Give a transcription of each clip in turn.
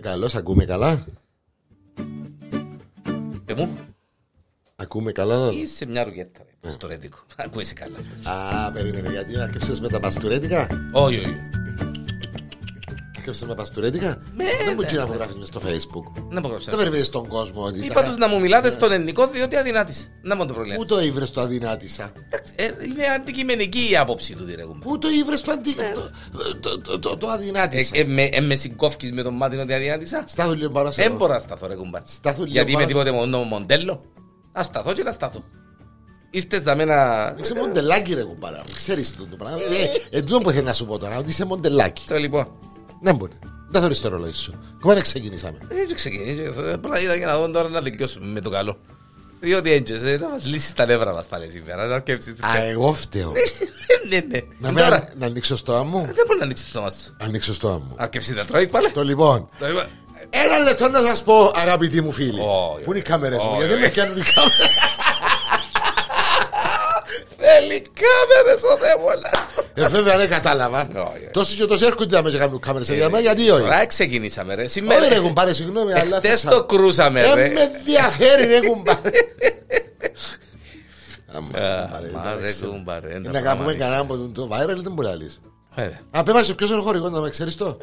Καλώ, Ε, ακούμε καλά. Πε Ε, μου, Ακούμε καλά. είσαι μια ρουκέτα. Ε. ρε, Στο ρέντικο. Ακούεσαι καλά. Α, περίμενε, γιατί άρχισε με τα παστουρέτικα. Όχι, όχι. Άρχισε με παστουρέτικα. Ναι, Δεν μου ναι, κοινά που γράφει μες στο facebook. Να μου Δεν γράψεις. περιμένεις τον κόσμο ότι. Είπα τα- τους να μου μιλάτε Ναι. στον ελληνικό διότι αδυνάτησε. Να μου το Πού προβλέψεις. το ήβρες το αδυνάτησα. Ε, Είναι αντικειμενική η άποψη του, διρεγούμε. Πού το ήβρες το αντι. Ναι. το- το- το- Το το αδυνάτησα. Ε, με συγκόφκεις με τον μάτι ότι αδυνάτησα. Στάθου λίγο πάνω σε Δεν εδώ. μπορώ να σταθώ ρε κουμπάρ. Στάθου λίγο Γιατί είμαι πάνω. τίποτε μόνο μοντέλο. Να σταθώ και να σταθώ. Ήρθες να με να... Είσαι μοντελάκι ρε κουμπάρα. Ξέρεις το το πράγμα. Ε, Εν τούτο που θέλω να σου πω τώρα, ότι είσαι μοντελάκι. Στο λοιπόν. Να μπορεί. Δεν θεωρείς το ρολόι σου. Κομμάτι ξεκινήσαμε. Ε, Δεν ξεκινήσω. Απλά είδα για να δω τώρα να δικαιώσουμε με το καλό. Διότι έτσι, ε, να μας λύσεις τα νεύρα μας πάλι σήμερα. Να αρκέψεις τις Α, εγώ φταίω. ναι, ναι. Να με- Ε, Τώρα, Να ανοίξω στο μου. δεν μπορεί να ανοίξεις το στόμα σου. Ανοίξω στο μου. Αρκεψί τα τρώει πάλι. Το λοιπόν. Το είπα. Ένα λεπτό να σας πω, αγαπητοί μου φίλοι. Όχι. Πού είναι οι κάμερες μου, Όχι. γιατί με κάνουν οι κάμερες. Θέλει κάμερες ο Δέμολας. Ε, Βέβαια δεν κατάλαβα. Όχι. Τόσοι και τόσοι έρχονται να με κάνουν κάμερες. ε, για μένα, γιατί όχι. Τώρα ξεκινήσαμε ρε. Όχι ρε Σήμερα. κουμπάρε, συγγνώμη, αλλά... Χτες θα- το κρούσαμε Δεν με ρε. ενδιαφέρει ρε κουμπάρε. Άμα, Α, κουμπάρε, Ε, Μα ρε εντάξει. κουμπάρε. Να κάνουμε κανένα από τον- το viral δεν μπορεί να λύσει. κανένα. Α, πέμα σε ποιος είναι ο χορηγός να με ξέρεις το.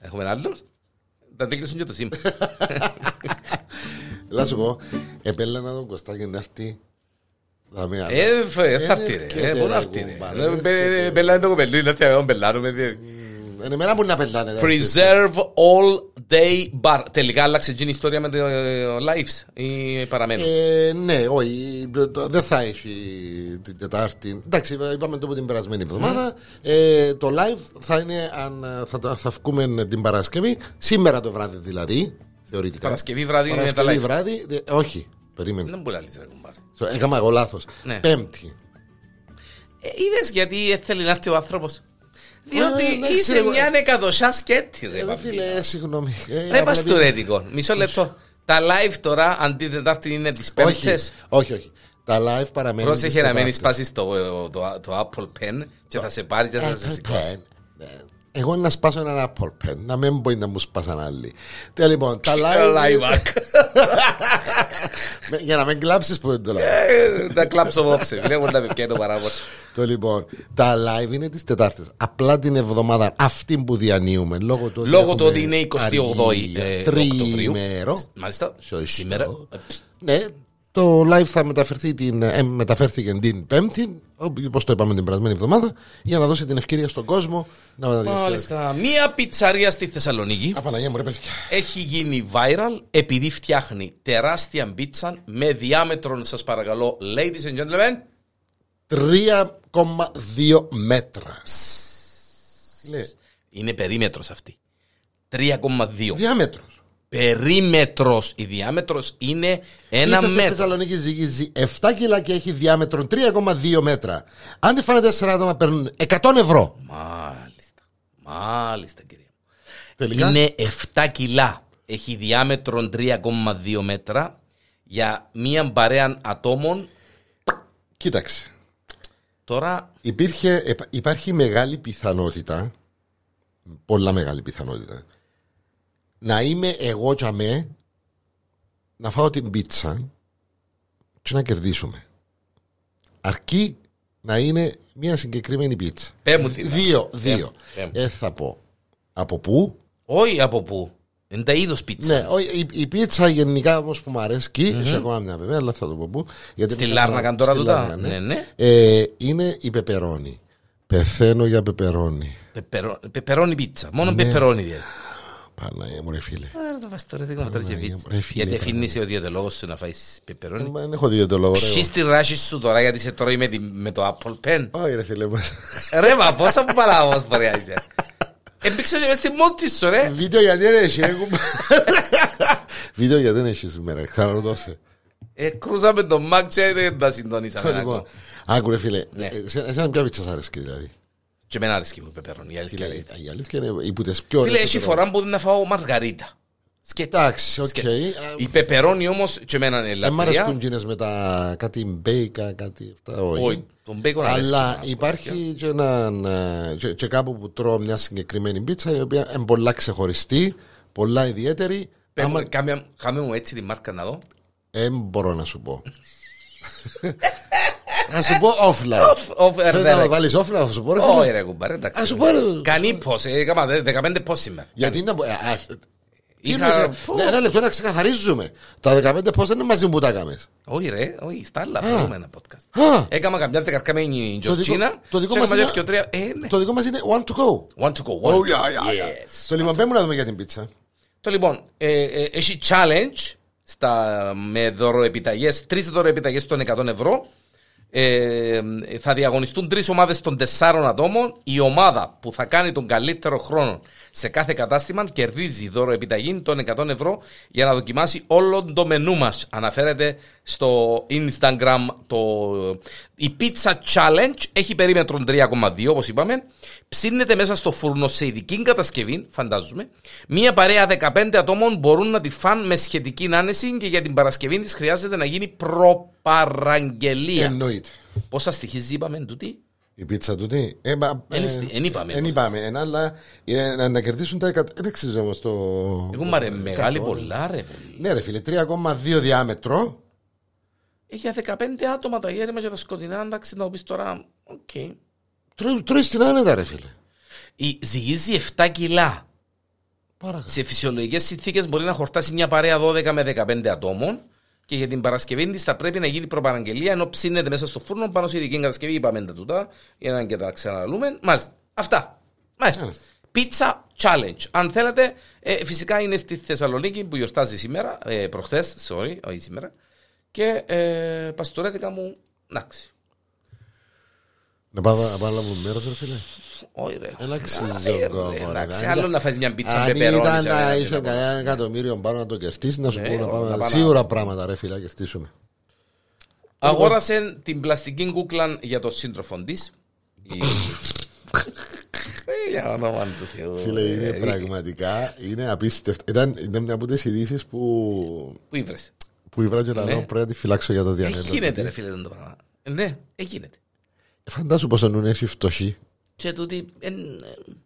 Έχουμε ένα άλλο. Θα δείξουν και το σήμα. Να σου πω, επέλανα τον Κωστάκη να έρθει. Δαμέ, αλλά- Ε, φε- θα Δεν έρθει ρε. έρχεται, Ε, Μπορεί ρε, να έρθει ρε. κουμπάρε, Ε, δεν πε- έρχεται. Πελάνε το κοπελί. Να έρθει να πελάνουμε. δι- Μμμ, Εν εμένα που να πελάνε. ρε. Preserve all day bar. Τελικά άλλαξε εκείνη η ιστορία με το ε, eh, lives ή Eh, παραμένει. Ε, ναι, όχι, το- το- δεν θα έχει την Τετάρτη. Εντάξει, είπα- είπαμε το από την περασμένη εβδομάδα. Ναι. Ε, το live θα είναι, αν, ε, θα, το- θα βγούμε την Παρασκευή, σήμερα το βράδυ δηλαδή, θεωρητικά. Παρασκευή βράδυ είναι τα Παρασκευή live. βράδυ, δε- όχι, περίμενε. Δεν μπορεί να λύσει ρε κουμπάρε. Στο- Έκανα εγώ λάθος. Ναι. Πέμπτη. Ε, Είδες γιατί ε, θέλει να έρθει ο άνθρωπος. Διότι Ε, εντάξει, είσαι ρε, μια νεκαδοσιά σκέτη ρε Ε, ρε, παππίλα. φίλε, συγγνώμη. Ε, Ρε απλά πας επειδή- στο ρέντικο. Μισό λεπτό. Τα live τώρα αντί Τετάρτη είναι τις ε. Όχι, Ε, Πέμπτες. όχι, όχι. Τα live παραμένουν. Πρόσεχε τις να μην Τετάρτες. σπάσεις το, ε, το, το Apple Pen και θα σε πάρει και θα σε Apple σηκώσει. Pen. Ε, Ναι. Εγώ να σπάσω έναν Apple Pen, να μην μπορεί να μου σπάσαν άλλοι. Τέλος λοιπόν, τα Live live. hack. Με- Για να μην κλάψεις που δεν το λέω. Ε, Να κλάψω απόψε. Βλέπω να με πιάει το παράπονο. Το λοιπόν, τα live είναι τις Τετάρτες. Απλά την εβδομάδα αυτή που διανύουμε. Λόγω του ότι, Λόγω του έχουμε ότι είναι 28η ε, αργία, Οκτωβρίου. τριήμερο. Μάλιστα. Σωστό. Σήμερα. ε, Ναι, το live θα μεταφερθεί την, ε, μεταφέρθηκε την Πέμπτη, όπως το είπαμε την περασμένη εβδομάδα, για να δώσει την ευκαιρία στον κόσμο να μεταδιαστεί. Μάλιστα. Μία πιτσαρία στη Θεσσαλονίκη. Απαναγία μου, ρε παιδιά. έχει γίνει viral επειδή φτιάχνει τεράστια πίτσα με διάμετρο, σας παρακαλώ, ladies and gentlemen, 3,2 μέτρα. Λέει, είναι περίμετρος αυτή. 3,2. διάμετρος. Περίμετρος. Η διάμετρος είναι ένα Πίτσα στη μέτρο. Θεσσαλονίκη ζυγίζει 7 κιλά και έχει διάμετρο 3,2 μέτρα. Αν τη φάνε 4 άτομα παίρνουν 100 ευρώ. Μάλιστα. Μάλιστα, κύριε. μου. Τελικά. Είναι 7 κιλά. Έχει διάμετρο 3,2 μέτρα για μία παρέα ατόμων. Κοίταξε. Τώρα Υπήρχε, επα- υπάρχει μεγάλη πιθανότητα, πολλά μεγάλη πιθανότητα, να είμαι εγώ και αμέ, να φάω την πίτσα και να κερδίσουμε. Αρκεί να είναι μια συγκεκριμένη πίτσα. Πέ μου τη δα- Δύο, δύο. πέ μου. Ε, θα πω. Από πού, όχι από πού. Είναι τα είδος πίτσα. ναι, ο- η, η πίτσα γενικά όμω που μου αρέσει, έχει ακόμα μια βέβαια, αλλά θα το πω πού. γιατί Στη είναι Λάρνακα καλά. τώρα Στη τούτα. Λάρνακα, ναι. Ναι, ναι. Ε, είναι η πεπερώνη. Πεθαίνω για πεπερώνη. Πεπερο- Πεπερώνει πίτσα. Μόνο πεπερώνει διέτα. Παναγία μου, ρε φίλε. Α, ρε, το βάζεις τώρα, δίκο μου, τώρα και Παναγία πίτσα. μου, ρε φίλε, Γιατί Παναγία. αφήνεις ο διαιτολόγος σου να φάεις πεπερώνει. Μα Δεν έχω δει το λόγο. ρε. Ψήσεις τη ράση σου τώρα γιατί σε τρώει με τη- με το Apple Pen. Όχι, ρε φίλε μα. Ρε μα πόσα παλάβος μπορεί να είσαι. Επίξω και μες στη μότη σου ρε. Βίντεο γιατί δεν έχει. ρε, κουμπά. Βίντεο γιατί δεν έχεις σήμερα. Ξαναρωτώσε. Ε, Κρούσαμε τον Μακ και δεν τα συντονίσαμε. ακόμα. Λοιπόν, άκου ρε φίλε. Ναι. ε, σε- Εσένα ποια πίτσα σ' αρέσει δηλαδή. Και εμένα αρέσκει μου η πεπερώνει. η αλήθεια Φίλε, είναι. Η αλήθεια είναι οι που τις πιο Φίλε, ωραίες έχει πεπερώνεις. φορά που δεν θα φάω μαργαρίτα. Σκέτα. Εντάξει, οκ. Σκε- Α, Η πεπερώνει όμως και εμένα είναι Δεν Ε, μ' αρέσκουν λατρεία. εκείνες με τα κάτι μπέικα, κάτι αυτά, όχι. Όχι, τον bacon αρέσκει Αλλά εμένα. υπάρχει και, έναν, ε, και, και κάπου που τρώω μια συγκεκριμένη πίτσα η οποία είναι πολλά ξεχωριστή, πολλά ιδιαίτερη. Πες μου, Άμα κάμε- Κάμε μου έτσι τη μάρκα να δω. δεν μπορώ να σου πω. Θα σου πω offline. Off- off, ρε, Θέλεις ρε. να με βάλεις offline, θα σου πω. ρε, Όχι φίλε. ρε κουμπάρε, εντάξει. Ας σου πω, ρε. Κανεί πως, ε, έκανα δε- 15 πως σήμερα. Γιατί να μπο- ε, α, ε, τι Είχα- είναι σε- Πω. Ναι, Ένα λεπτό να ξεκαθαρίζουμε. Τα 15 πώ δεν είναι μαζί που τα έκαμες. Όχι ρε, όχι, στα άλλα μπορούμε ένα podcast. Α, Έκανα καμιά δεκαρκαμένη Το δικό- Τζορτζίνα το δικό και μας έκανα είναι- και τρία. Ε, ναι. Το δικό μας είναι one to go. One to Oh, go, one. yeah, yeah, yeah. Yes. Το λοιπόν, πέμπω να δούμε για την πίτσα. Το λοιπόν, ε, ε, έχει challenge στα, με δωροεπιταγές, τρεις δωροεπιταγές των 100 ευρώ. Ε, ε, θα διαγωνιστούν τρεις ομάδες των τεσσάρων ατόμων. Η ομάδα που θα κάνει τον καλύτερο χρόνο σε κάθε κατάστημα κερδίζει δωροεπιταγή των 100 ευρώ για να δοκιμάσει όλο το μενού μας. Αναφέρεται στο Instagram το... Η Pizza Challenge έχει περίμετρο 3,2 όπως είπαμε. Ψήνεται μέσα στο φούρνο σε ειδική κατασκευή, φαντάζομαι. Μία παρέα 15 ατόμων μπορούν να τη φαν με σχετική άνεση και για την Παρασκευή της χρειάζεται να γίνει προπαραγγελία. Εννοείται. Πόσα στοιχίζει είπαμε τούτη. Η πίτσα του τι. Ε, μα, Εν ε, ευθύ- εν είπαμε. Εν είπαμε. εν άλλα, ε, να, να κερδίσουν τα 100. Δεν ξέρω όμως το. Έχουν μαρε το- μεγάλη εκατό. πολλά ρε πολύ. Ναι, ρε φίλε, 3,2 διάμετρο. Ε, για 15 άτομα τα γέρημα και τα σκοτεινά, εντάξει, να πεις τώρα, οκ. Τρώ- Τρώει την άνετα, ρε φίλε. Η- Ζυγίζει 7 κιλά. Πάρα καλά. Σε φυσιολογικές συνθήκες μπορεί να χορτάσει μια παρέα 12 με 15 ατόμων και για την Παρασκευή της θα πρέπει να γίνει προπαραγγελία ενώ ψήνεται μέσα στο φούρνο πάνω σε ειδική κατασκευή. Είπαμε τα τούτα για να και τα ξαναλούμε. Μάλιστα. Αυτά. Μάλιστα. Μάλιστα. Pizza Challenge. Αν θέλετε, ε, φυσικά είναι στη Θεσσαλονίκη που γιορτάζει σήμερα, ε, προχθές, sorry, όχι σήμερα. Και ε, παστορέτικα μου, εντάξει. Να πάω να πάω να λάβω μέρος, ρε φίλε. Όχι ρε. Εντάξει, Άι, Ζόγκο, ρε, μωρέ, εντάξει. εντάξει. Άλλο να φας μια πίτσα Αν πεπερώνι, ήταν τσαβέλα, να και είσαι να πω. κανένα εκατομμύριο πάνω να το κερδίσεις, να σου Ναι, πω να όλα τα πάμε. πάνω. Σίγουρα πράγματα, ρε φίλε, να κερδίσουμε. Αγόρασε την πλαστική κούκλα για τον σύντροφο τη. Ε, Για όνομα του Θεού. Φίλε, είναι Ε, πραγματικά είναι απίστευτο. Ήταν, ήταν μια από τις ειδήσεις που, Πού ήβρες. που η Βράτζο Ναι. Λαλό πρέπει να τη φυλάξω για το δηλαδή. Ε, διανέτο. Γίνεται ρε φίλε το πράγμα. Ε, Ναι, ε, γίνεται. Ε, Φαντάσου πόσο νου είναι εσύ φτωχή. Και τούτη, ε,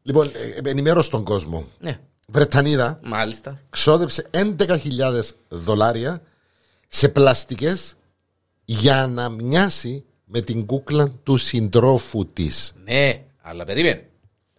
Λοιπόν, ε, ε, ενημέρωσε τον κόσμο. ναι, Βρετανίδα μάλιστα. ξόδεψε 11.000 δολάρια σε πλαστικές για να μοιάσει με την κούκλα του συντρόφου της. Ναι, αλλά περίμενε.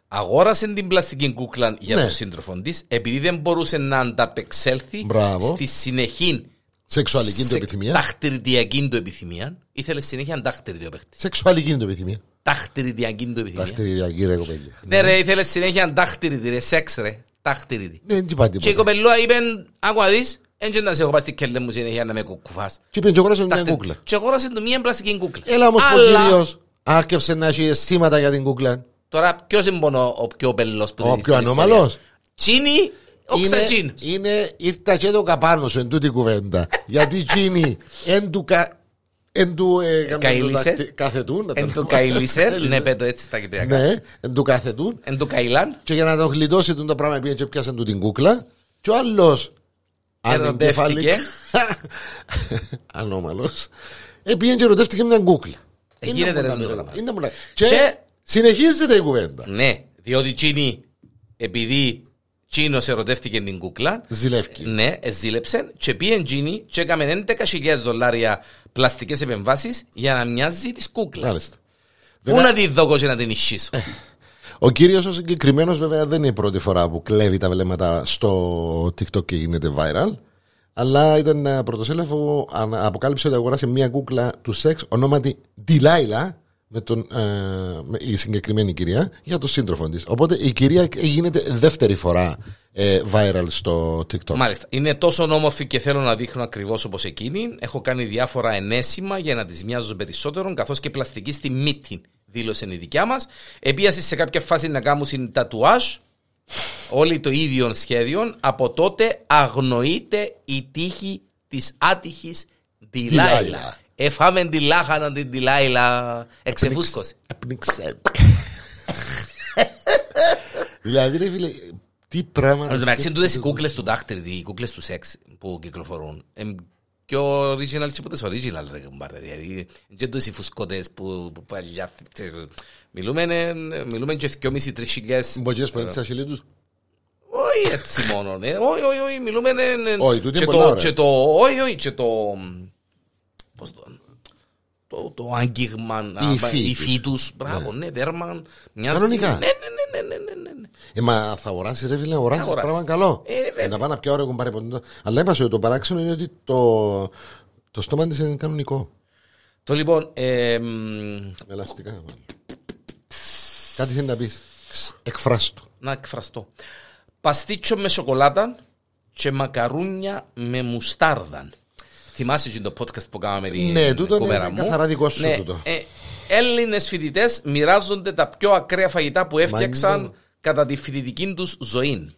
Αγόρασε την πλαστική κούκλα για Ναι. τον σύντροφο της επειδή δεν μπορούσε να ανταπεξέλθει Μπράβο. στη συνεχή Σεξουαλική του σε- επιθυμία. ταχτυριδιακή του επιθυμία. Ήθελε συνέχεια ταχτυριδιο παίχτη. Σεξουαλική του επιθυμία. Ταχτυριδιακή του επιθυμία. Δαχτυριδιακή ρε κοπέλια. Ναι ρε, ήθελες συνέχεια τάχτηριδη ρε, σεξ ρε, τάχτηριδη. Ναι, δεν είπα Και η τίποτα. κοπελούα είπε, άκουα δεις, δεν ξέρω να σε έχω πάρει κελέ μου συνέχεια να με κουκουφάς. Και είπε και ο κόσμος μια Τάχτηρη. κούκλα. Και αγόρασε του μία πλαστική κούκλα. Έλα όμως που Αλλά κυρίως άκεψε να έχει αισθήματα για την κούκλα. Τώρα ποιος είναι μόνο ο πιο πελός που Ο δίνει πιο στην ανώμαλος. ιστορία. Τσίνι, ο Είναι, ξατζίν. είναι, ήρθα και το καπάνω σου εν τούτη κουβέντα. Γιατί τσίνη εν του κα... Εν του ε, κάμια καήλισε. το δακτι- καθετούν. να το Εν πω. του καηλίσερ, ναι πέτω έτσι στα κυπριακά. Ναι, εν του καθετούν. Εν του καηλάν, Και για να το γλιτώσει τον το πράγμα πήγε και πιάσε του την κούκλα. Και ο άλλος ανεγκεφαλικά. Ανώμαλος. Ε, πήγε και ρωτεύτηκε μια κούκλα. Ε, γίνεται, ρε, Είναι τούτο πολλά να Είναι πολλά. Και- Και συνεχίζεται η κουβέντα. ναι, διότι τσίνι, επειδή τσίνος ερωτεύτηκε την κούκλα, Ζηλεύκη. Ναι, ζήλεψε και πήγε Gini και έκαμε 11.000 δολάρια πλαστικές επεμβάσεις για να μοιάζει τις κούκλες. Μάλιστα. Ναι. Πού να τη δω και να την ισχύσω. Ο κύριος ο συγκεκριμένος, βέβαια, δεν είναι η πρώτη φορά που κλέβει τα βλέμματα στο TikTok και γίνεται viral. Αλλά ήταν ε, πρωτοσέλευο που ανα- αποκάλυψε ότι αγοράσει μια κούκλα του σεξ ονόματι Ντιλάιλα με, τον, ε, με η συγκεκριμένη κυρία για τον σύντροφο της. Οπότε η κυρία γίνεται δεύτερη φορά ε, viral στο TikTok. Μάλιστα. Είναι τόσο όμορφη και θέλω να δείχνω ακριβώς όπως εκείνη. Έχω κάνει διάφορα ενέσημα για να της μοιάζω περισσότερο, καθώς και πλαστική στη μύτη, δήλωσε η δικιά μας. Επίασες σε κάποια φάση να κάνουν τατουάζ. Όλοι το ίδιο σχέδιο. Από τότε αγνοείται η τύχη της άτυχης Ντιλάιλα. Ντιλάιλα. Εφάμε τη λάχανα την Ντιλάιλα. Εξεφούσκωσε. Απνίξε. δηλαδή, ρε φίλε, τι πράγμα. Εν τω μεταξύ, σκέφτεται τούτες οι το- κούκλες του δάχτυλι, οι κούκλες του σεξ που κυκλοφορούν. εμ, Πιο original και ποτές original ρε κουμπάρε. Δηλαδή, και τούτες οι φουσκωτές που που παλιά, ξέρεις, Μιλούμε, ε, μιλούμε και δυόμισι τρεις χιλιάδες. Μποτζιές που είναι στα χείλη τους. Όχι έτσι μόνο, ναι. Όχι, όχι, όχι, μιλούμε. ναι, ναι. Όχι, τούτη Και είναι πολλά το- ωραία. Και το. Όχι, όχι, και το. Πώς το. Το, το άγγιγμα, Η υφή η της. φύ τους. Μπράβο, ναι, δέρμα. μοιάζει- Κανονικά. Ναι, ναι, ναι, ναι, ναι, ναι, ναι. Ε, μα θα αγοράσεις ρε φίλε, αγοράσεις Αγοράσεις. πράγμα καλό. Ε, ρε, βέβαια. Ε, να πάνε πιο ώρα έχουν πάρει ποτέ. Αλλά είπα σου, το παράξενο είναι ότι το, το στόμα της είναι κανονικό. Το λοιπόν. ε, μ, Με ελαστικά. μάλλον. Κάτι θέλεις να πεις. Εκφράστο. να εκφραστώ. Παστίτσιο με σοκολάτα και μακαρούνια με μουστάρδα. Θυμάσαι και το podcast που κάναμε την Ναι, τούτο είναι κοπέρα μου. καθαρά δικό σου τούτο. Ε, Έλληνες φοιτητές μοιράζονται τα πιο ακραία φαγητά που έφτιαξαν ναι. κατά τη φοιτητική τους ζωή.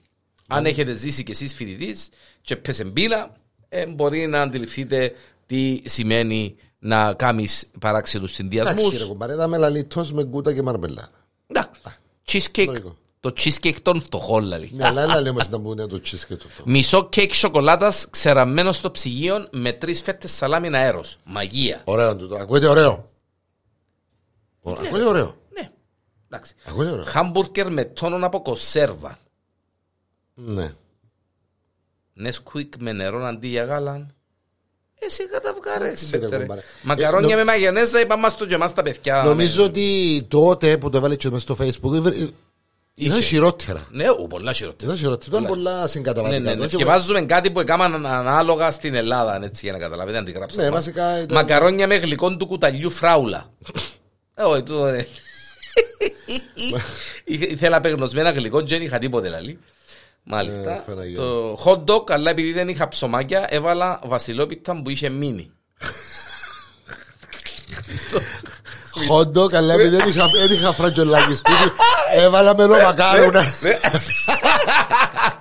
Αν έχετε ζήσει κι εσείς φοιτητής και πεσεμπίλα, ε, μπορεί να αντιληφθείτε τι σημαίνει να κάνεις παράξενους συνδυασμούς. Εντάξει, ρε κουμπάρε, είδαμε λαλίτος με γκούτα και μαρμελάδα. Εντάξει. Cheesecake. Λογικό. Το cheesecake των φτωχών, δηλαδή. Ναι, αλλά έλα λέμε να μπουν το cheesecake το αυτό. Μισό κέικ σοκολάτας ξεραμένο στο ψυγείο με τρεις φέτες σαλάμι αέρο. Μαγεία. Ωραίο τούτο. Ακούγεται ωραίο. Ω, Ναι, Ακούγεται ρε. ωραίο. Ναι. Εντάξει. Ακούγεται ωραίο. Χάμπουργκερ με τόνο από κονσέρβα. Ναι. Νεσκουίκ με νερό αντί για γάλα. Ε, Εσύ Εντάξει, ρε, καταβγάρε. κομπάρε. Μακαρόνια Ε, με μαγιονέζα, είπαμε στο και εμάς τα παιδιά. Νομίζω ναι. ότι τότε που το έβαλε και μες στο facebook ε, ε, ήταν Είχε. χειρότερα. Ναι, ο, πολλά χειρότερα. Ήταν χειρότερα. Ήταν πολλά Ναι, ναι, συγκαταβατικά. ναι. Όχι, Σκευάζουμε κάτι που έκαναν ανάλογα στην Ελλάδα, έτσι, για να καταλάβετε, αντιγράψαμε. Ναι, βασικά ήταν- Μακαρόνια με γλυκόν του κουταλιού φράουλα. Ε, Όχι, τούτο δεν είναι. Είχε- Ήθελα απεγνωσμένα γλυκό, δεν είχα τίποτε λαλή. Ε, Μάλιστα. Παναγία. Το hot dog, αλλά επειδή δεν είχα ψωμάκια, έβαλα βασιλόπιτα που είχε μείνει. Χόντο, καλά, επειδή δεν είχα- δεν είχα φραντζολάκι σπίτι, έβαλα με μακάρουνα. Ναι.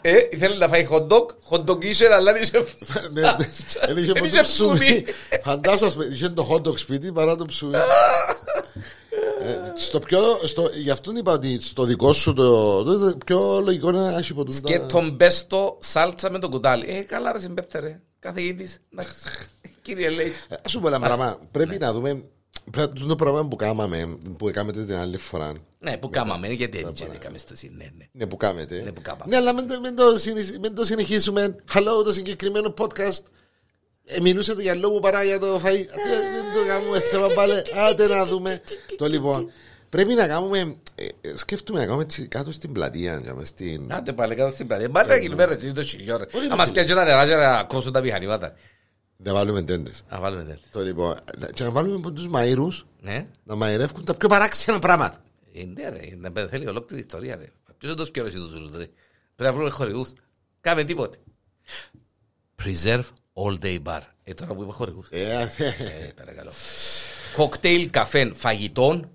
Ε, ήθελε να φάει hot dog, hot dog είσαι, αλλά δεν είχε Ναι, ναι. Δεν είχε Δεν ποτέ είχε ψωμί. ψωμί. Φαντάσου, ας πούμε, είχε το hot dog σπίτι παρά το ψωμί. Ε, Στο πιο, στο, γι' αυτόν είπα ότι στο δικό σου το, το- το πιο λογικό είναι να έχεις ποτούν Και τα... τον πέστο σάλτσα με τον κουτάλι. Ε, καλά ρε συμπέθερε. Καθηγήτης. Εντάξει. Κύριε λέει. Ε, Ας σου πω ένα πράγμα, πρέπει ναι. να δούμε, πρέπει να το πράγμα που κάμαμε, που έκαμε την άλλη φορά, Ναι, που κάμαμε, γιατί έτσι δεν έκαμε στο συν. Ναι, ναι. ναι που κάμετε. Ναι, που κάμαμε. Ναι, αλλά μην, το- μην το, συνει- μην το συνεχίσουμε. Hello, το συγκεκριμένο podcast. Ε, μιλούσατε για λόγο παρά για το φαΐ. Ε, Δεν το κάνουμε θέμα πάλι. Άντε να δούμε. Το λοιπόν. Πρέπει να κάνουμε. ε, ε, σκέφτομαι να κάνουμε έτσι κάτω στην πλατεία. να κάνουμε στην... Άντε πάλι κάτω στην πλατεία. Μπάνε να γίνουμε ρε, είναι το χιλιό ρε. Όχι, Να ρε, μας φίλε. πιάνει και τα νερά και να κόσουν τα μηχανήματα. Να βάλουμε τέντες. Να βάλουμε τέλος. Το λοιπόν. να- Και να βάλουμε από τους μαΐρους Ναι. να μαΐρευκουν τα πιο παράξενα πράγματα. Ε, ναι, ρε, να πε- θέλει ολόκληρη ιστορία ρε. Ποιος είναι τόσο πιο ωραίος είναι τους Ζούλους, ρε. Πρέπει να βρούμε χορηγούς. Κάμε τίποτε. Preserve all day bar. Ε, τώρα που είπα χορηγούς. Ε, ε, Ε, παρακαλώ. Κοκτέιλ καφέν φαγητών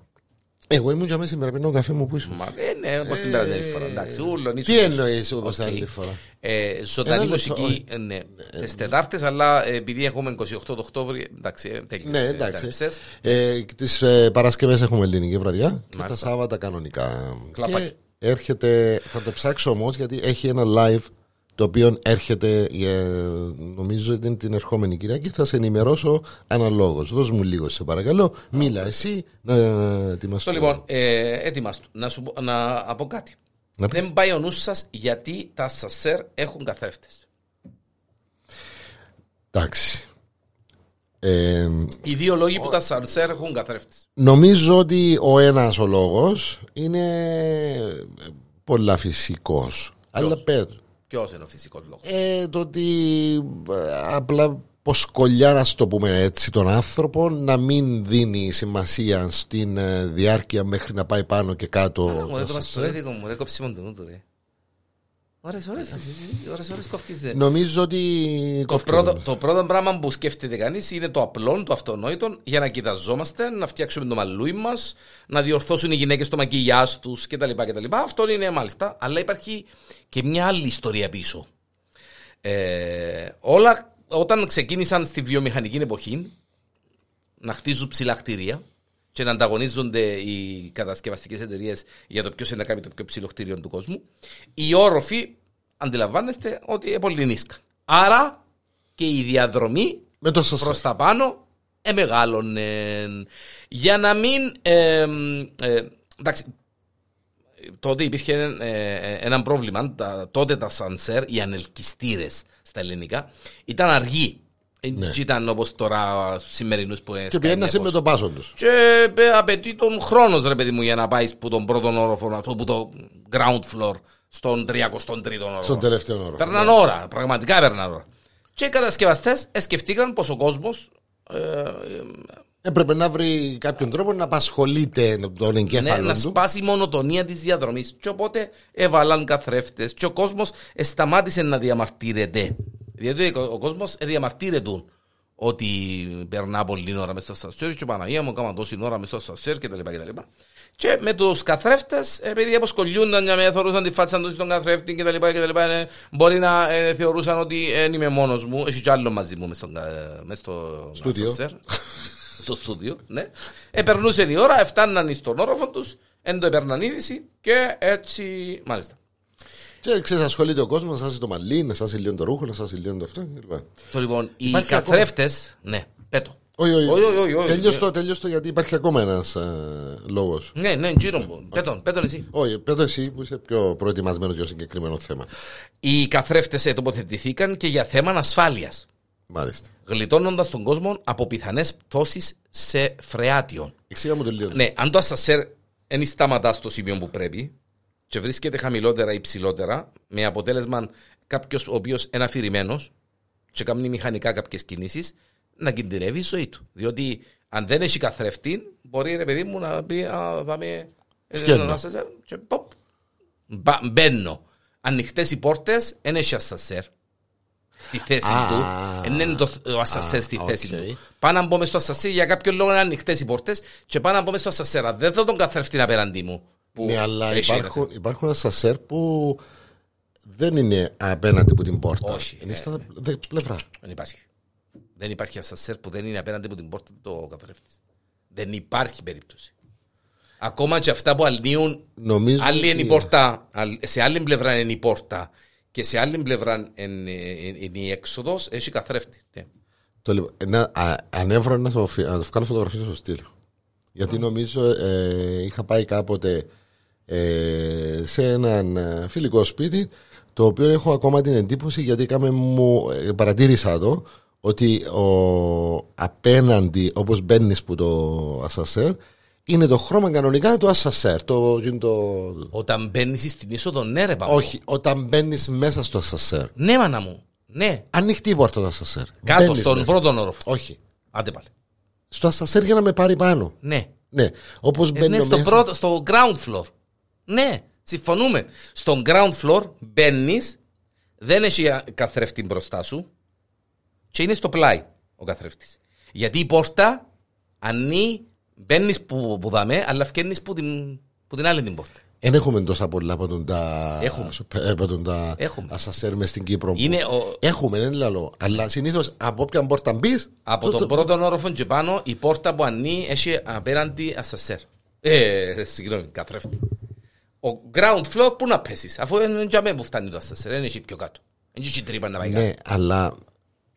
Εγώ ήμουν για μέσα σήμερα πίνω καφέ μου που ήσουν. Μα δεν είναι Ε, ναι, όπως την περασμένη φορά. Εντάξει, ούλον ίσως. Τι εννοείς Οκ. όπως άλλη φορά. Ε, Ζωντανή Ένα λεπτό, μουσική, όχι. ε, ναι. Τις Τετάρτες, αλλά ε, επειδή έχουμε 28 το Οκτώβριο, εντάξει, ε, τέλεια. Ναι, Ε, εντάξει. ψες. Ε, Τις ε, Παρασκευές έχουμε ελληνική βραδιά και τα Μάλιστα. Σάββατα κανονικά. Κλαπάκι. Και έρχεται, θα το ψάξω όμως γιατί έχει ένα live το οποίο έρχεται, ε, νομίζω ότι είναι την ερχόμενη Κυριακή. Θα σε ενημερώσω αναλόγως. Δώσ' μου λίγο, σε παρακαλώ. Μίλα εσύ να ετοιμαστώ. Στο λοιπόν, ε, έτοιμαστο. Να σου πω- να πω κάτι. Να πεις. Δεν πάει ο νους σας γιατί τα σασέρ έχουν καθρέφτες. Εντάξει. Ε, Οι δύο λόγοι που τα σασέρ έχουν καθρέφτες. νομίζω ότι ο ένας ο λόγος είναι πολλά φυσικός. Αλλά πέρα. Ποιος είναι ο φυσικός λόγος. Ε, το ότι ε, απλά ποσκολιά, να το πούμε έτσι, τον άνθρωπο να μην δίνει σημασία στην ε, διάρκεια μέχρι να πάει πάνω και κάτω. Άρα, Μωρέ Σας- το παστορέδικο μου, ρε κόψιμον του νου του, ρε. Ωρες, ωρες, ωρες, ωρες κόφκεις, ε. ρε. ε, Νομίζω ότι. Το πρώτο, το πρώτο πράγμα που σκέφτεται κανείς είναι το απλό, το αυτονόητο, για να κοιταζόμαστε, να φτιάξουμε το μαλλούι μας, να διορθώσουν οι γυναίκες το μακιγιά τους κτλ, κτλ. Αυτό είναι μάλιστα. Αλλά υπάρχει και μια άλλη ιστορία πίσω. Ε, όλα όταν ξεκίνησαν στη βιομηχανική εποχή να χτίζουν ψηλά κτίρια και να ανταγωνίζονται οι κατασκευαστικές εταιρείες για το ποιος είναι να κάνει το πιο ψηλό κτίριο του κόσμου, οι όροφοι αντιλαμβάνεστε ότι επολυνίσκαν. Άρα και η διαδρομή Με το σας- προς τα πάνω εμεγάλωνε. Για να μην. ε, ε, εντάξει, τότε υπήρχε ένα, ε, ένα πρόβλημα. Τα, τότε τα σανσέρ, οι ανελκυστήρες στα ελληνικά, ήταν αργοί. Ε, Ναι. Και ήταν όπως τώρα στου σημερινούς που Και έσκανε πιένασε πόσο. με τον πάσο τους. Και ε, απαιτεί τον χρόνος, ρε παιδί μου, για να πάεις που τον πρώτο όροφο, να- που το ground floor, στον 33ο όροφο. Στον Ναι. τελευταίο όρο. Περναν ώρα, πραγματικά περναν ώρα. Και οι κατασκευαστές σκεφτήκαν πως ο κόσμος. Έπρεπε να βρει κάποιον τρόπο να απασχολείται τον ναι, εγκέφαλο να του. σπάσει η μονοτονία της διαδρομής. Και οπότε έβαλαν καθρέφτες. Και ο κόσμος σταμάτησε να διαμαρτύρεται. Γιατί ο, ο κόσμος διαμαρτύρεται ότι περνά πολλή ώρα μες στο σανσέρ και Παναγία μου κάμα τόση ώρα μες στο σανσέρ και τα λοιπά και τα λοιπά. Και με τους καθρέφτες, επειδή αποσκολιούνταν για μένα, θεωρούσαν τη φάτσα του στον καθρέφτη και τα λοιπά και τα λοιπά, ε, μπορεί να ε, θεωρούσαν ότι δεν είμαι μόνος μου, έχει κι άλλο μαζί μου μες στον κα- μες στο Στούντιο. ασανσέρ στο στούντιο, ναι. Επερνούσε η ώρα, έφταναν στον όροφο τους, εν το έπαιρναν είδηση και έτσι. Μάλιστα. Και ξέρεις, ασχολείται ο κόσμος να σάσει το μαλλί, να σάσει λίγο το ρούχο, να σάσει λίγο το αυτό. κλπ. Το λοιπόν, οι Υπάρχει καθρέφτες. Ναι, πέτω. Όχι, Όχι, όχι, όχι, όχι. Τελειώστο, τελειώστο, γιατί υπάρχει ακόμα ε, ένα λόγος. Ναι, ναι, γύρω μου. Πέτον, πέτον εσύ. Όχι, πέτω εσύ που είσαι πιο προετοιμασμένος για συγκεκριμένο θέμα. Οι καθρέφτες τοποθετηθήκαν και για θέμα ασφάλεια. Μάλιστα. Γλιτώνοντας τον κόσμο από πιθανές πτώσεις σε φρεάτιον. Εξήγα μου το λίγο. Ναι, αν το ασασέρ δεν σταματάς στο σημείο που πρέπει και βρίσκεται χαμηλότερα ή ψηλότερα, με αποτέλεσμα κάποιος ο οποίος είναι αφηρημένος και κάνει μηχανικά κάποιες κινήσεις, να κινδυνεύει η ζωή του. Διότι αν δεν έχει καθρεφτή, μπορεί ρε παιδί μου να πει Α, θα με. ε, Σκέρνω. ένα ασανσέρ» Και ποπ. Μπα- Μπαίνω. Ανοιχτές οι πόρτες, δεν έχει ασασέρ. Στη θέση Α, του. Εν είναι το, ο ασασέρ στη α, θέση οκ. του. Πάνω να μπω μες στο ασασέρ για κάποιο λόγο είναι ανοιχτές οι πόρτες και πάνω να μπω μες στο ασασέρ. Αλλά Δεν θα τον καθρέφτη απέναντί μου. που Ναι, αλλά έχει υπάρχουν, ασασέρ. υπάρχουν ασασέρ που δεν είναι απέναντι από την πόρτα. Όχι, Είναι ε. στα δε- πλευρά. Δεν υπάρχει. Δεν υπάρχει ασασέρ που δεν είναι απέναντι από την πόρτα του καθρέφτης. Δεν υπάρχει περίπτωση. Ακόμα και αυτά που αλνίουν Νομίζω. Άλλη ότι- είναι η πόρτα, αλ- σε άλλη πλευρά είναι η πόρτα και σε άλλη πλευρά είναι, είναι η έξοδος, έχει καθρέφτη. Ναι. Το λοιπόν, ένα, α, ανέβρα να το, φυ- να το βγάλω φωτογραφία στο στήλο. Γιατί νομίζω ε, είχα πάει κάποτε ε, σε έναν ε, φιλικό σπίτι το οποίο έχω ακόμα την εντύπωση γιατί κάμε μου, ε, παρατήρησα το ότι ο, απέναντι όπως μπαίνεις που το ασασέρ είναι το χρώμα κανονικά του ασασέρ. Το, είναι το- Όταν μπαίνεις στην είσοδο, ναι, ρε Παύλο. όχι, όταν μπαίνεις μέσα στο ασασέρ. Ναι, μάνα μου. Ναι. Ανοιχτή η πόρτα του ασασέρ. Κάτω Μπαίνεις στον μέσα. πρώτο όροφο. Όχι. Άντε πάλι. Στο ασασέρ για να με πάρει πάνω. Ναι. Ναι, όπως Ε, μπαίνει ναι ο στο, μέσα- πρώτο, στο ground floor. Ναι, συμφωνούμε. Στον ground floor μπαίνεις, δεν έχει α- καθρέφτη μπροστά σου και είναι στο πλάι ο καθρέφτης. Γιατί η πόρτα ανή, μπαίνεις που, που δαμέ, αλλά φκένει που την, που την άλλη την πόρτα. Εν έχουμε τόσα πολλά από τον τα. Έχουμε. σούπε- από τον τα. Έχουμε. ασασέρ μες στην Κύπρο. που- Ε, Είναι ο, Έχουμε, είναι λαλό. Αλλά συνήθως από όποια πόρτα μπεις. από τον πρώτο όροφο και πάνω η πόρτα που ανή έχει απέναντι ασασέρ. Ε, συγγνώμη, καθρέφτη. Ο ground floor που να πέσεις, αφού δεν είναι για μένα που φτάνει το ασασέρ, δεν έχει πιο κάτω. Δεν έχει τρύπα να πάει κάτω. Ναι, αλλά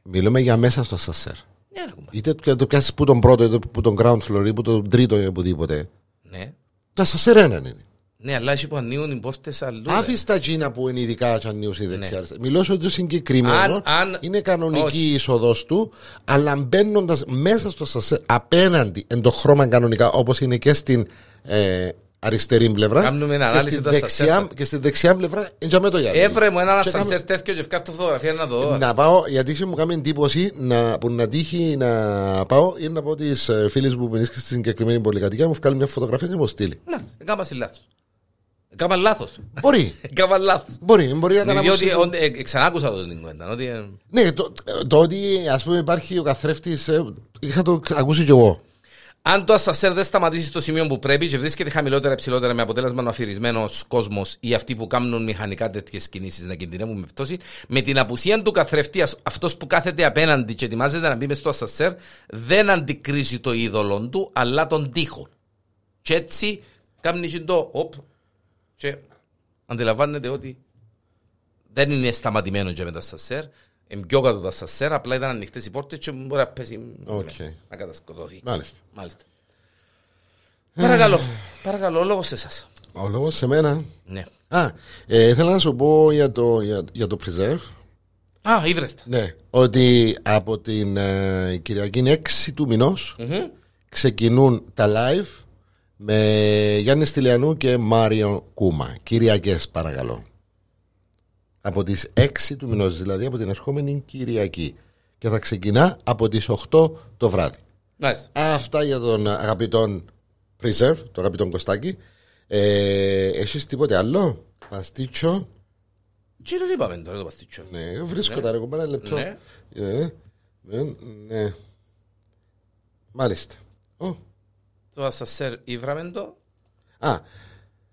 μιλούμε για μέσα στο ασασέρ. Ναι, ρε, κουμπάρε. Είτε το- το πιάσεις που τον πρώτο, είτε που τον ground floor, είτε που τον τρίτο, ή οπουδήποτε. ναι. Το ασασέρ έναν είναι. ναι, αλλά έχει που ανοίγουν οι πόρτες αλλού. ρε. Άφησε τα τζίνα που είναι ειδικά τσανίου ή δεξιά. Μιλώ ότι το συγκεκριμένο Ναι. Αν- αν- είναι κανονική όχι. η είσοδος του, αλλά μπαίνοντας μέσα στο σασέ απέναντι εν το χρώμα κανονικά, όπως είναι και στην ε, αριστερή πλευρά. Κάνουμε ένα και ανάλυση στη των σασέρ δεξιά, των. και στη δεξιά πλευρά, εντιαμέ το γιατί. Έβρε μου ε. έναν Και κάμε- Ε, ασανσέρ τέτοιο και βγάλω φωτογραφία να δω. να πάω, γιατί σε μου κάνει εντύπωση να, που να τύχει να πάω ή να πω τι φίλε μου που είναι στη συγκεκριμένη πολυκατοικία μου βγάλει μια φωτογραφία και μου στείλει. Να, έκαμα σε λάθος. Έκαμα λάθος. μπορεί, Έκαμα λάθος. μπορεί, μπορεί να ήταν άποψη Διότι του. όντε- ε, ε, ξανά άκουσα το την κουβέντα. ότι, ε, Ναι, το, το ότι ας πούμε υπάρχει ο καθρέφτης. Είχα το ακούσει κι εγώ. Αν το ασανσέρ δεν σταματήσει στο σημείο που πρέπει και βρίσκεται χαμηλότερα ή ψηλότερα με αποτέλεσμα ο αφηρημένο κόσμος ή αυτοί που κάνουν μηχανικά τέτοιες κινήσεις να κινδυνεύουν με πτώση, με την απουσία του καθρεφτή, αυτός που κάθεται απέναντι και ετοιμάζεται να μπει μες στο ασανσέρ, δεν αντικρίζει το είδωλο του, αλλά τον τοίχο. Και έτσι κάνει και το οπ, και αντιλαμβάνεται ότι δεν είναι σταματημένο και με το ασανσέρ, είναι πιο κάτω το ασανσέρ, απλά ήταν ανοιχτές οι πόρτες και μπορεί να πέσει. Οκ. μέσα, Να κατασκοτωθεί. Μάλιστα. Μάλιστα. Παρακαλώ, παρακαλώ, ο λόγος σε εσάς. Ο λόγος σε μένα. Ναι. Α, ε, ήθελα να σου πω για το, για, για το preserve. Α, ήβρεστα. Ναι. Ότι από την ε, Κυριακή 6 του μηνο ξεκινούν τα live με Γιάννη Στυλιανού και Μάριο Κούμα. Κυριακές παρακαλώ. Από τις 6 του μηνός, δηλαδή από την ερχόμενη Κυριακή. Και θα ξεκινά από τις 8 το βράδυ. Μάλιστα. Αυτά για τον αγαπητόν Preserve, τον αγαπητόν Κωστάκη. Ε, έχεις τίποτε άλλο, παστίτσιο. Τι δεν είπαμε τώρα το παστίτσιο. Ναι, βρίσκω τα ρε κομμάνα λεπτό. Ναι. Ε, ε, ναι. Μάλιστα. Ω, Το ασασέρ ήβραμε το. Α,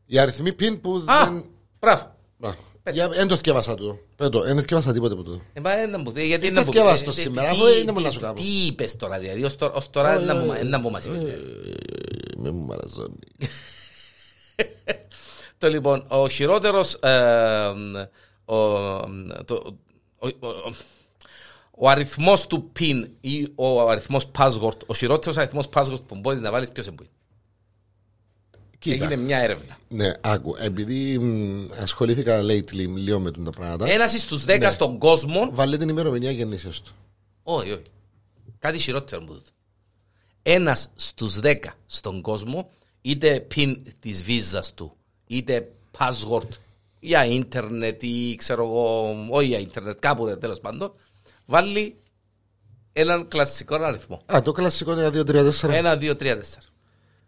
οι αριθμοί πιν που Α, Ε, δεν... μπράβο. Α, Για, εν το σκεύασα του. Πέτω, εν το σκεύασα τίποτε από τούτο. Ε, μα, ε, να μου- ε, γιατί Ήρθε να μου- θκιαβάστο ε, τι- σήμερα, τι- αφού δεν μπορώ να τι- σου Ε, κάνω. Τι είπες τώρα, δηλαδή, ως τώρα- ως τώρα να μου- να μου μας ε, είπες, δηλαδή. Με μου μαραζώνει. Το λοιπόν, ο ε, χειρότερο. Ο αριθμός του πιν ή ο αριθμός password, ο χειρότερος αριθμός password που μπορείς να βάλεις, ποιος εμπούει. Έγινε Κοίτα, μια έρευνα. ναι, άκου, επειδή μ, ασχολήθηκα lately λίγο με τα πράγματα, Ένα στου 10 στον κόσμο. βάλε την ημερομηνία γεννήσεως του. Όχι, όχι. Κάτι χειρότερο μου δείτε. Ένας στους 10 στον κόσμο, είτε πιν της βίζας του, είτε password για ίντερνετ ή ξέρω εγώ, όχι για ίντερνετ, κάπου τέλος πάντων, βάλει έναν κλασικό αριθμό. Α, το κλασικό είναι 1, 2, 3, 4. Ένα, δύο, τρία, τέσσερα.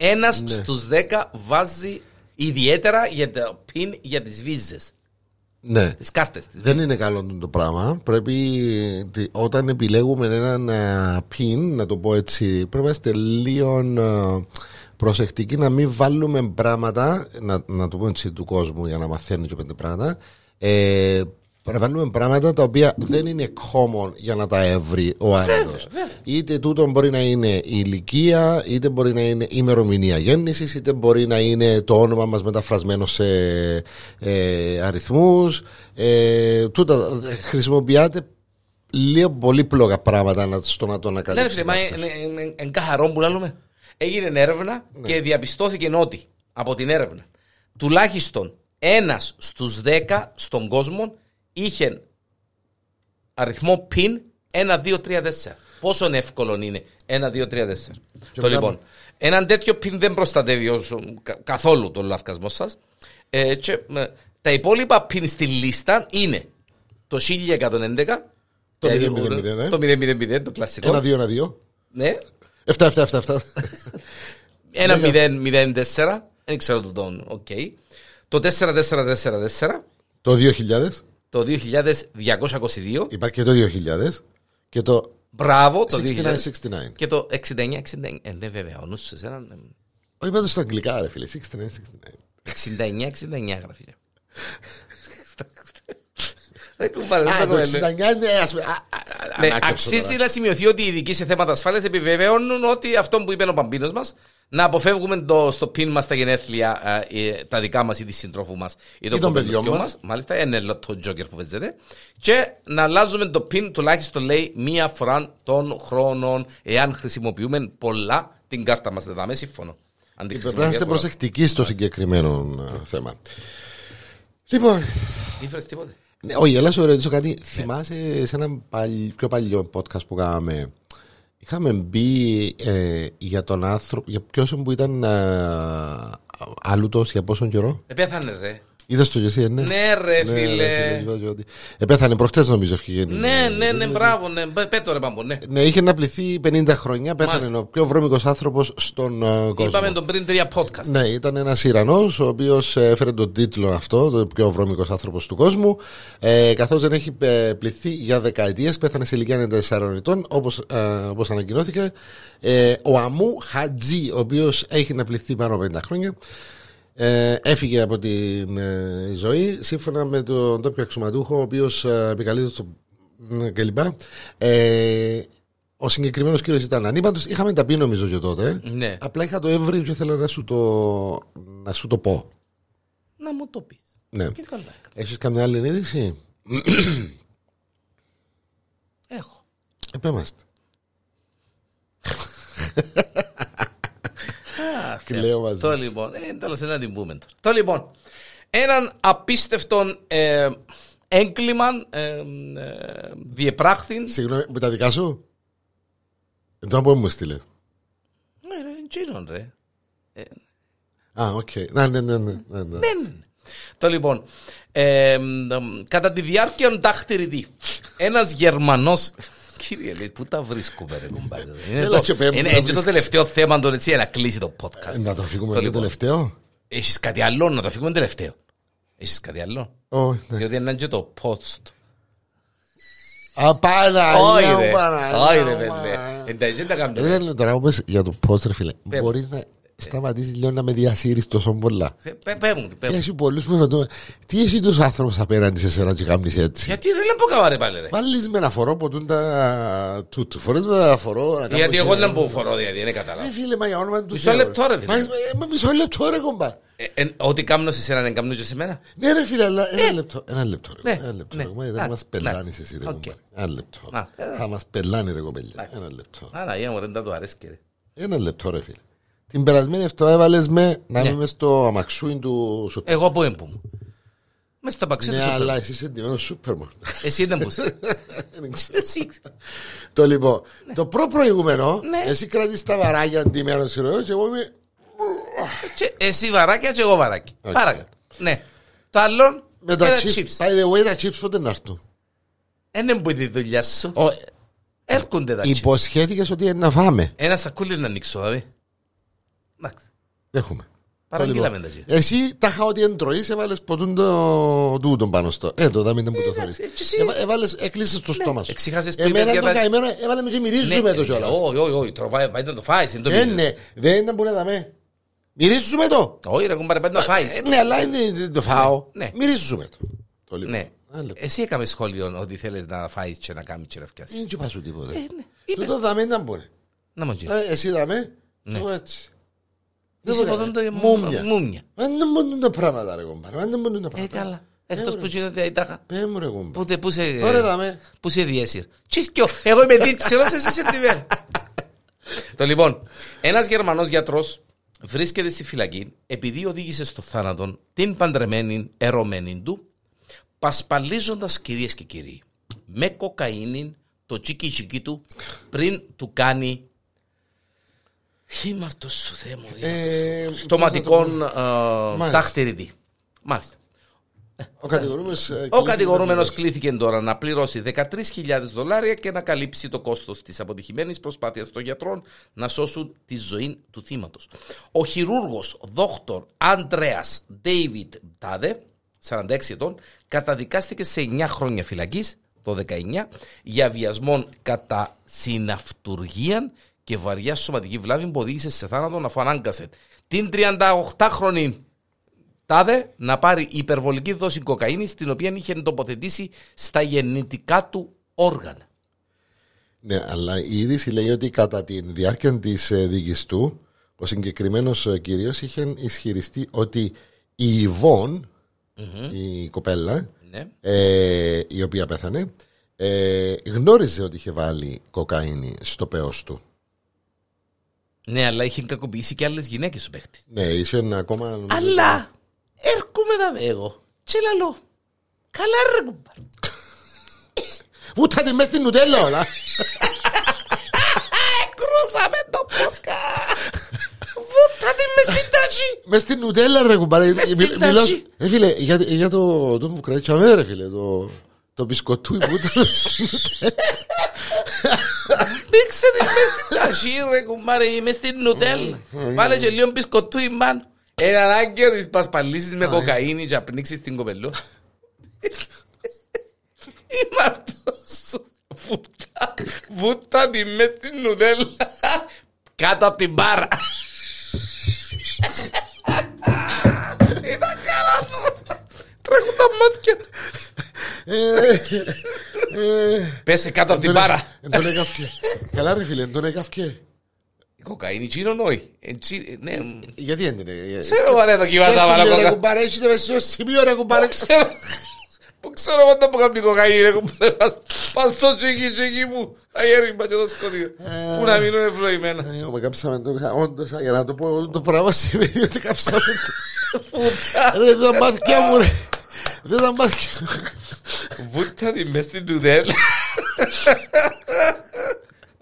Ένας στους 10 βάζει ιδιαίτερα για το πιν για τις βίζες, Ναι. τις κάρτες τη. Δεν είναι καλό το πράγμα. Πρέπει τι- όταν επιλέγουμε έναν α, πιν, να το πω έτσι, πρέπει να είμαστε λίγο α, προσεκτικοί να μην βάλουμε πράγματα, να, να το πω έτσι του κόσμου για να μαθαίνει και πέντε πράγματα, ε, πρέπει να βάλουμε πράγματα τα οποία δεν είναι common για να τα έβρει ο άλλο. Είτε τούτο μπορεί να είναι η ηλικία, είτε μπορεί να είναι η ημερομηνία γέννησης, είτε μπορεί να είναι το όνομα μας μεταφρασμένο σε ε, αριθμούς. Ε, τούτα ε, χρησιμοποιάται λίγο πολύπλοκα πράγματα να, στο να το Ναι, ανακαλύψει. ρε φίλε, μα εν- εν- εν- εν καθαρό που λέμε. Έγινε έρευνα Ναι. και διαπιστώθηκε ότι από την έρευνα τουλάχιστον ένας στους 10 στον κόσμο είχε αριθμό πιν 1, 2, 3, 4. Πόσο εύκολο είναι 1, 2, 3, 4. Το μετά- λοιπόν, έναν τέτοιο πιν δεν προστατεύει ως- κα- καθόλου τον λαρκασμό σας. Ε, και, ε, τα υπόλοιπα πιν στη λίστα είναι το 1111, Το δηλαδή, 000, ε. το 000, το κλασικό. Ένα, δύο, ένα, δύο. Ναι. Εφτά, εφτά, εφτά, εφτά. Ένα Ναι, 0-0-4. Δεν ξέρω τον τόνο. Οκ. Το 4-4-4-4. το 2000. Το 2222. Υπάρχει και το 2000. Και το Μπράβο το 69, 2000. 69. Και το 69-69. Ε, ναι, βέβαια. Ο νους σε σένα. ε, Όχι πάντως στα αγγλικά, ρε φίλε. 69, 69. 69-69 γράφει. Δεν κουβαλάω. Α, δεν το το 69 λέω. είναι, ε, ας πούμε. α, α, Ναι, ανάκαμψω αξίζει τώρα. να σημειωθεί ότι οι ειδικοί σε θέματα ασφάλειας επιβεβαιώνουν ότι αυτό που είπε ο Παμπίνος μας, να αποφεύγουμε το, στο πιν μας τα γενέθλια, ε, ε, τα δικά μας ή της συντρόφου μας ή Ή των των παιδιών παιδιών μας. μας. Μάλιστα, είναι το τζόκερ που παίζεται. Και να αλλάζουμε το πιν τουλάχιστον λέει μία φορά των χρόνων, εάν χρησιμοποιούμε πολλά την κάρτα μας. Δεν θα με σύμφωνο. Αν τη Πρέπει να είστε χρησιμοποιούμε προσεκτικοί στο συγκεκριμένο ε, θέμα. Λοιπόν, πολλά. Ήφερες τίποτε. ναι, όχι, έλα σου ρωτήσω κάτι. Ναι. Θυμάσαι σε ένα παλι- πιο παλιό podcast που κάναμε. Είχαμε μπει ε, για τον άνθρωπο, για ποιον που ήταν ε, αλούτος για πόσον καιρό. Ε, πέθανε, ρε. Είδες το και εσύ, ε, ναι. Ναι, ρε, Ναι, ρε, φίλε. φίλε, και ό,τι. Επέθανε προχτές νομίζω ευκαιρία. Ναι, ναι, ναι, μπράβο, ναι. Πέ- Πέτω, ρε, παμπο, ναι. Ναι, είχε να πληθεί 50 χρόνια, πέθανε Μάλιστα. ο πιο βρώμικος άνθρωπος στον ε, κόσμο. Είπαμε τον πριν τρία podcast. Ναι, ήταν ένας Ιρανός, ο οποίος έφερε τον τίτλο αυτό, το πιο βρώμικος άνθρωπος του κόσμου. Ε, Καθώς δεν έχει ε, πληθεί για δεκαετίες, πέθανε σε ηλικία 94 ετών, όπως όπως ανακοινώθηκε. Ε, ο Αμού Χατζή, ο οποίος έχει να πληθεί πάνω από 50 χρόνια, ε, έφυγε από την ε, ζωή σύμφωνα με τον τόπιο αξιωματούχο, ο οποίος επικαλείται το μ, κλπ. Ε, ο συγκεκριμένος κύριος ήταν ανήπαντος. Είχαμε τα πει νομίζω και τότε. Ναι. Απλά είχα το εύρει και θέλω να σου το, να σου το πω. Να μου το πεις. Ναι. Και καλά. έκανα. Έχεις καμιά άλλη είδηση. Έχω. Επέμαστε. κλαίω μαζί. Το σου. λοιπόν, ε, τέλος είναι να την πούμε τώρα. Το λοιπόν, έναν απίστευτο ε, έγκλημα ε, ε, διεπράχθην. Συγγνώμη, με τα δικά σου. Εν τώρα που μου στείλε. Ναι, ρε, τσίνον, ρε. Α, οκ. Ναι, ναι, ναι. ναι, ναι, ναι. Δεν. Το λοιπόν, ε, μ, κατά τη διάρκεια τάχτηριδη, ένας Γερμανός Κύριε, λέει, πού τα βρίσκουμε, ρε κουμπάρε. Είναι, Έλα το, και πέμπτη είναι να έτσι το βρίσκεις. τελευταίο θέμα το έτσι, να κλείσει το podcast. Ε, Να το φύγουμε Το το λοιπόν. τελευταίο. Έχεις κάτι άλλο, να το αφήσουμε τελευταίο. Έχεις κάτι άλλο. Ω, ναι. Διότι είναι και το post. Α, Όχι Παναγία ρε, μου, Παναγία όχι ρε μου, βέβαια. Παναγία. Εντάξει, δεν τα Ρε, κάνουμε. Ε, δεν λέω τώρα όπως για το πώς ρε φίλε. Πέμπτη. Μπορείς να σταματήσεις λίγο να με διασύρεις τόσο πολλά. Ε, πέ- Πέ μου, πέ μου. Έχει πολλούς που ρωτούν τι εσύ τους άνθρωπους απέναντι σε σένα και κάνεις έτσι. Γιατί δεν λέω που καβάρε πάλι ρε. Βάλεις με να φορώ ποτούν τα τούτου. Φορές με να φορώ. να κάνω Γιατί εγώ χέρια. δεν μπορώ φορώ, δηλαδή δεν Ρε καταλάβω. φίλε, μα για όνομα του. Μισό Θεού, ρε. λεπτό, ρε, φίλε. Μα, ε, μα μισό λεπτό ρε κομπά. Ε, εν- Ό,τι κάνω σε σένα δεν κάνω και σε μένα. Ναι ρε φίλε, αλλά ένα λεπτό. Ένα λεπτό ρε. Ε, ναι, Ένα λεπτό ρε ναι. κομπά. Να, Δεν μας να. πελάνεις εσύ ρε Οκ. κομπά. Ένα λεπτό. Να. Θα μας πελάνει ρε κομπέλια. Ένα λεπτό. Άρα, για μου δεν τα του αρέσκει ρε. Ένα λεπτό ρε φίλε. Την περασμένη εβδομάδα έβαλες με να Ναι. Ε, είμαι στο αμαξούιν του σου. Εγώ που έμπου. Μες στο παξί του Ναι, σου αλλά θέλω. εσύ είσαι εντυμένο Σούπερμαν. Εσύ δεν μπορείς. Δεν ξέρω. Εσύ. Το λοιπόν, το προπροηγούμενο, Ναι. εσύ κρατείς τα βαράκια αντιμένο σειρό και εγώ είμαι. Και Εσύ βαράκια και εγώ βαράκι. Οκ. Παρακάτω. Ναι. Το άλλο Με είναι τα Ε, τα chips. chips. By the way, τα chips πότε να έρθουν. Δεν είναι τη δουλειά σου. Ο, Έρχονται τα chips. Υποσχέθηκες ότι είναι να φάμε. Ένα σακούλι να ανοίξω, δηλαδή. Εντάξει. Έχουμε. Παραγγείλαμε Το τα chips. Εσύ τα είχα ότι εντροείς, έβαλες ποτούν το τούτο πάνω στο. Ε, το δάμε δεν μου το θέλεις. εντάξει, έτσι. Ναι, Έβα- Έβαλες, έκλεισες το στόμα σου. εξηγάζεις που είπες Εμένα για το τα- καημένο, έβαλε με και μυρίζουμε το ε, κιόλας. Όχι, όχι, όχι. Τώρα πάει- πάει να το φάεις. δεν το Ε, μυρίζεις. ναι, δεν ήταν που να δαμε. Μυρίζουμε το. Όχι, ρε κουμπάρε, πάει να το φάεις. Ε, Ναι, αλλά είναι- δεν το φάω. Ναι. Μυρίζουμε το. Το λοιπόν. Ναι. Ένα λεπτό. Εσύ έκαμε σχόλιο ότι θέλεις να φάεις και να κάνεις και να φτιάσεις. Δεν και πάσου τίποτα. ναι. Είπες. Τούτο δαμε ήταν που είναι. Να μου γίνει. Ε, Εσύ δαμε, Ναι. εγώ έτσι. Δεν το έκανα. Μούμια. Μούμια. Αν δεν μπορούν τα πράγματα ρε κομπάρα, αν δεν μπορούν τα Ε, πράγματα. καλά. Εκτός που γίνεται η τάχα. Πέ μου ρε κομπάρα. Πού σε- πού σε... Τώρα δαμε. Πού σε διέσυρ. Τσίσκιο. Εγώ είμαι δίξερος, εσύ είσαι τυβέρ. Το λοιπόν, ένας Γερμανός γιατρός βρίσκεται στη φυλακή επειδή οδήγησε στο θάνατο την παντρεμένη ερωμένη του πασπαλίζοντας κυρίες και κύριοι με κοκαίνη το τσίκι τσίκι του πριν του κάνει χήμαρτος σου Θεέ μου ήμαρτος. Ε, στοματικών Μάλιστα. τάχτηριδι. Μάλιστα. Ο κατηγορούμενος... ε, Ο κλείνει κατηγορούμενο την κλήθηκε τώρα να πληρώσει 13.000 δολάρια και να καλύψει το κόστος της αποτυχημένης προσπάθειας των γιατρών να σώσουν τη ζωή του θύματος. Ο χειρούργος δόκτωρ Αντρέα Ντέιβιτ Τάδε, 46 ετών, καταδικάστηκε σε 9 χρόνια φυλακής το 19 για βιασμόν κατά συναυτουργία και βαριά σωματική βλάβη που οδήγησε σε θάνατο αφού ανάγκασε την 38χρονη Τάδε να πάρει υπερβολική δόση κοκαίνης την οποία είχε τοποθετήσει στα γεννητικά του όργανα. Ναι, αλλά η είδηση λέει ότι κατά τη διάρκεια της δίκη του, ο συγκεκριμένος κύριος είχε ισχυριστεί ότι η ιβον η κοπέλα, Ναι. ε, η οποία πέθανε, ε, γνώριζε ότι είχε βάλει κοκαίνη στο πέος του. ναι, αλλά είχε κακοποιήσει και άλλες γυναίκες ο παίχτης. Ναι, είσαι ένα ακόμα. νομίζω, Αλλά έρχομαι να με εγώ. Τσελαλό. Καλά ρε κουμπάρ. Βούτατε μέσα στην νουτέλα όλα! Κρούσαμε το πόρκα. Βούτα τη μες στην τάξη. Μέσα στην νουτέλα ρε κουμπάρε. στην Μι- τάση. μιλάς- Ε, φίλε, για, για το, το που κρατήσαμε ρε φίλε, το, το μπισκοτούι που ήταν στην Μίξε τη μες στην τάξη ρε κουμπάρ. Μες στην νουτέλ. Βάλε και λίγο μπισκοτούι μαν. Είναι ανάγκη να τις πασπαλίσεις με κοκαίνη και να πνίξεις την κοπελό. Ήμαρτος σου. Βούτα, βούτα τη μες στην νουδέλα κάτω από την μπάρα. Ήταν καλά του. Τρέχουν τα μάτια. του. Πέσε κάτω από την μπάρα. Ε, Εν τον έκαυκε. Καλά ρε φίλε, εν τον έκαυκε. Η κοκαίνη τσίνον όχι. Ε, τσι- ναι, μ. Γιατί ε- δεν είναι. Ξέρω βαρέ το Σκέφτομαι, κυβάζα βάλα ρε κοκαίνη. κουμπάρε, έτσι το μεσαίο σημείο ρε κουμπάρε. Ξέρω. Που ξέρω πάντα που κάνει κοκαΐνη, ρε κουμπάρε, πας- πας στο τσίκι τσίκι μου, θα γέρνημα και το σκοτεινό. Που να μείνουν ευνοημένα. Ε, Όπου κάψαμε το όντως, για να το πω, όλο το πράγμα σημαίνει ότι κάψαμε το. Ρε, δεν τα μάτια μου, ρε. Δεν τα μάτια μου. Βούττα τη μες στην τουδέλ.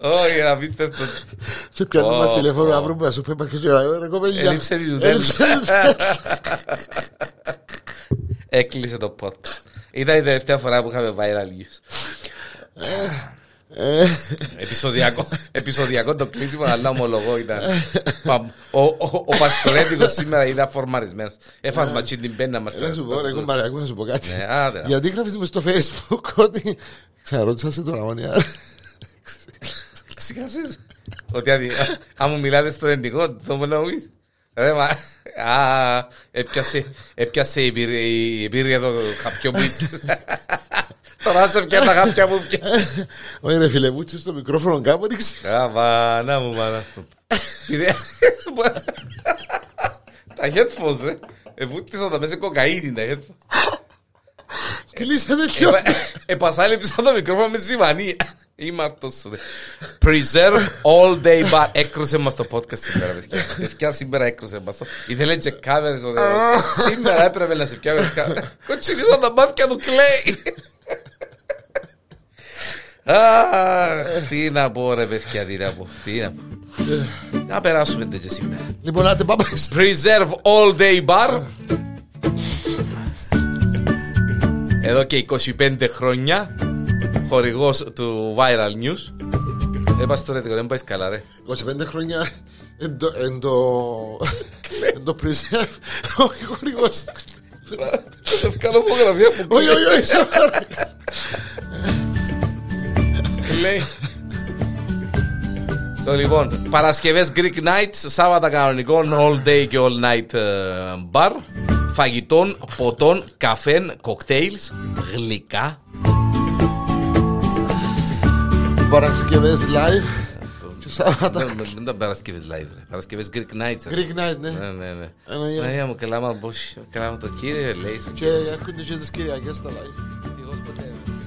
Όχι, απίστευτο. Και πιάνουμε Ω, μας τηλέφωνο ω. αύριο που θα σου πει «Μα και ωραία, ε, ρε κοπέλια. Έλειψε η Δουδέλα. Έλειψε η Δουδέλα. Έκλεισε το podcast. Ήταν η τελευταία φορά που είχαμε viral news. Ε, Επισοδιακό, επεισοδιακό το κλείσιμο, αλλά ομολογώ ήταν. Πα- Ο, ο, ο Παστορέντικος σήμερα ήταν φορμαρισμένος. Έφασμα τσιν την πένα μας. Να Ε. σου πω, ρε κουμπάρε, ακούω να σου πω κάτι. Ναι, άντε, να. Γιατί γράφεις με στο facebook ότι... Ξαρώτησα σε τώρα, μόνοι, άρα. Ξεχάσεις. Ότι αν- αν μου μιλάτε στο ελληνικό, το μου λέω «Ουι». Ρε μα, α, έπιασε, έπιασε η πυρ- η εμπειρία το χαπιό μου. Τώρα σε πια τα χαπιά μου πια. Όχι ρε φίλε, βούτσε στο μικρόφωνο κάπου, δεν ξέρω. Α, μάνα μου, μάνα μου. Κυρία, Τα headphones ρε. Εβούτησα τα μέσα κοκαΐνη τα headphones. Ε, Κλείσα τέτοιο. Επα- Επασάλεψα το μικρόφωνο με ζυμανή. Είμαι αρτός σου. δε. Preserve all day bar. Έκρουσε μας το podcast σήμερα, παιδιά. Παιδιά, σήμερα έκρουσε μας το. Ήθελε και κάμερες. ο Θεός. Σήμερα έπρεπε να σε πιάμε κάμερα. Κοτσινίζα τα μάτια του κλαίει. Αχ, τι να πω ρε παιδιά, τι να πω, τι να πω. Να περάσουμε τέτοια σήμερα. Λοιπόν, άντε πάμε. Preserve All Day Bar. Εδώ και 25 χρόνια χορηγός του Viral News. Ε, πας τώρα, δεν πάει καλά, ρε. 25 χρόνια εν το- εν το... Εν το preserve. Όχι, χορηγός. Θα κάνω φωτογραφία που Όχι, όχι, όχι. σοβαρά. λέει. Το λοιπόν, Παρασκευές Greek Nights, Σάββατα κανονικών, all day και all night ε, bar. Φαγητών, ποτών, καφέν, κοκτέιλς, γλυκά. Παρασκευές live. Και Σάββατα. Δεν τα Παρασκευές live, ρε. Παρασκευές Greek Nights. ρε. Greek night, ναι. Ναι, ναι, ναι. Παναγία μου. Παναγία μου, καλά μα μπούσει. Καλά μου το κύριε, λέει. σε Και έρχονται και τις Κυριακές τα live. ευτυχώς ποτέ. ρε.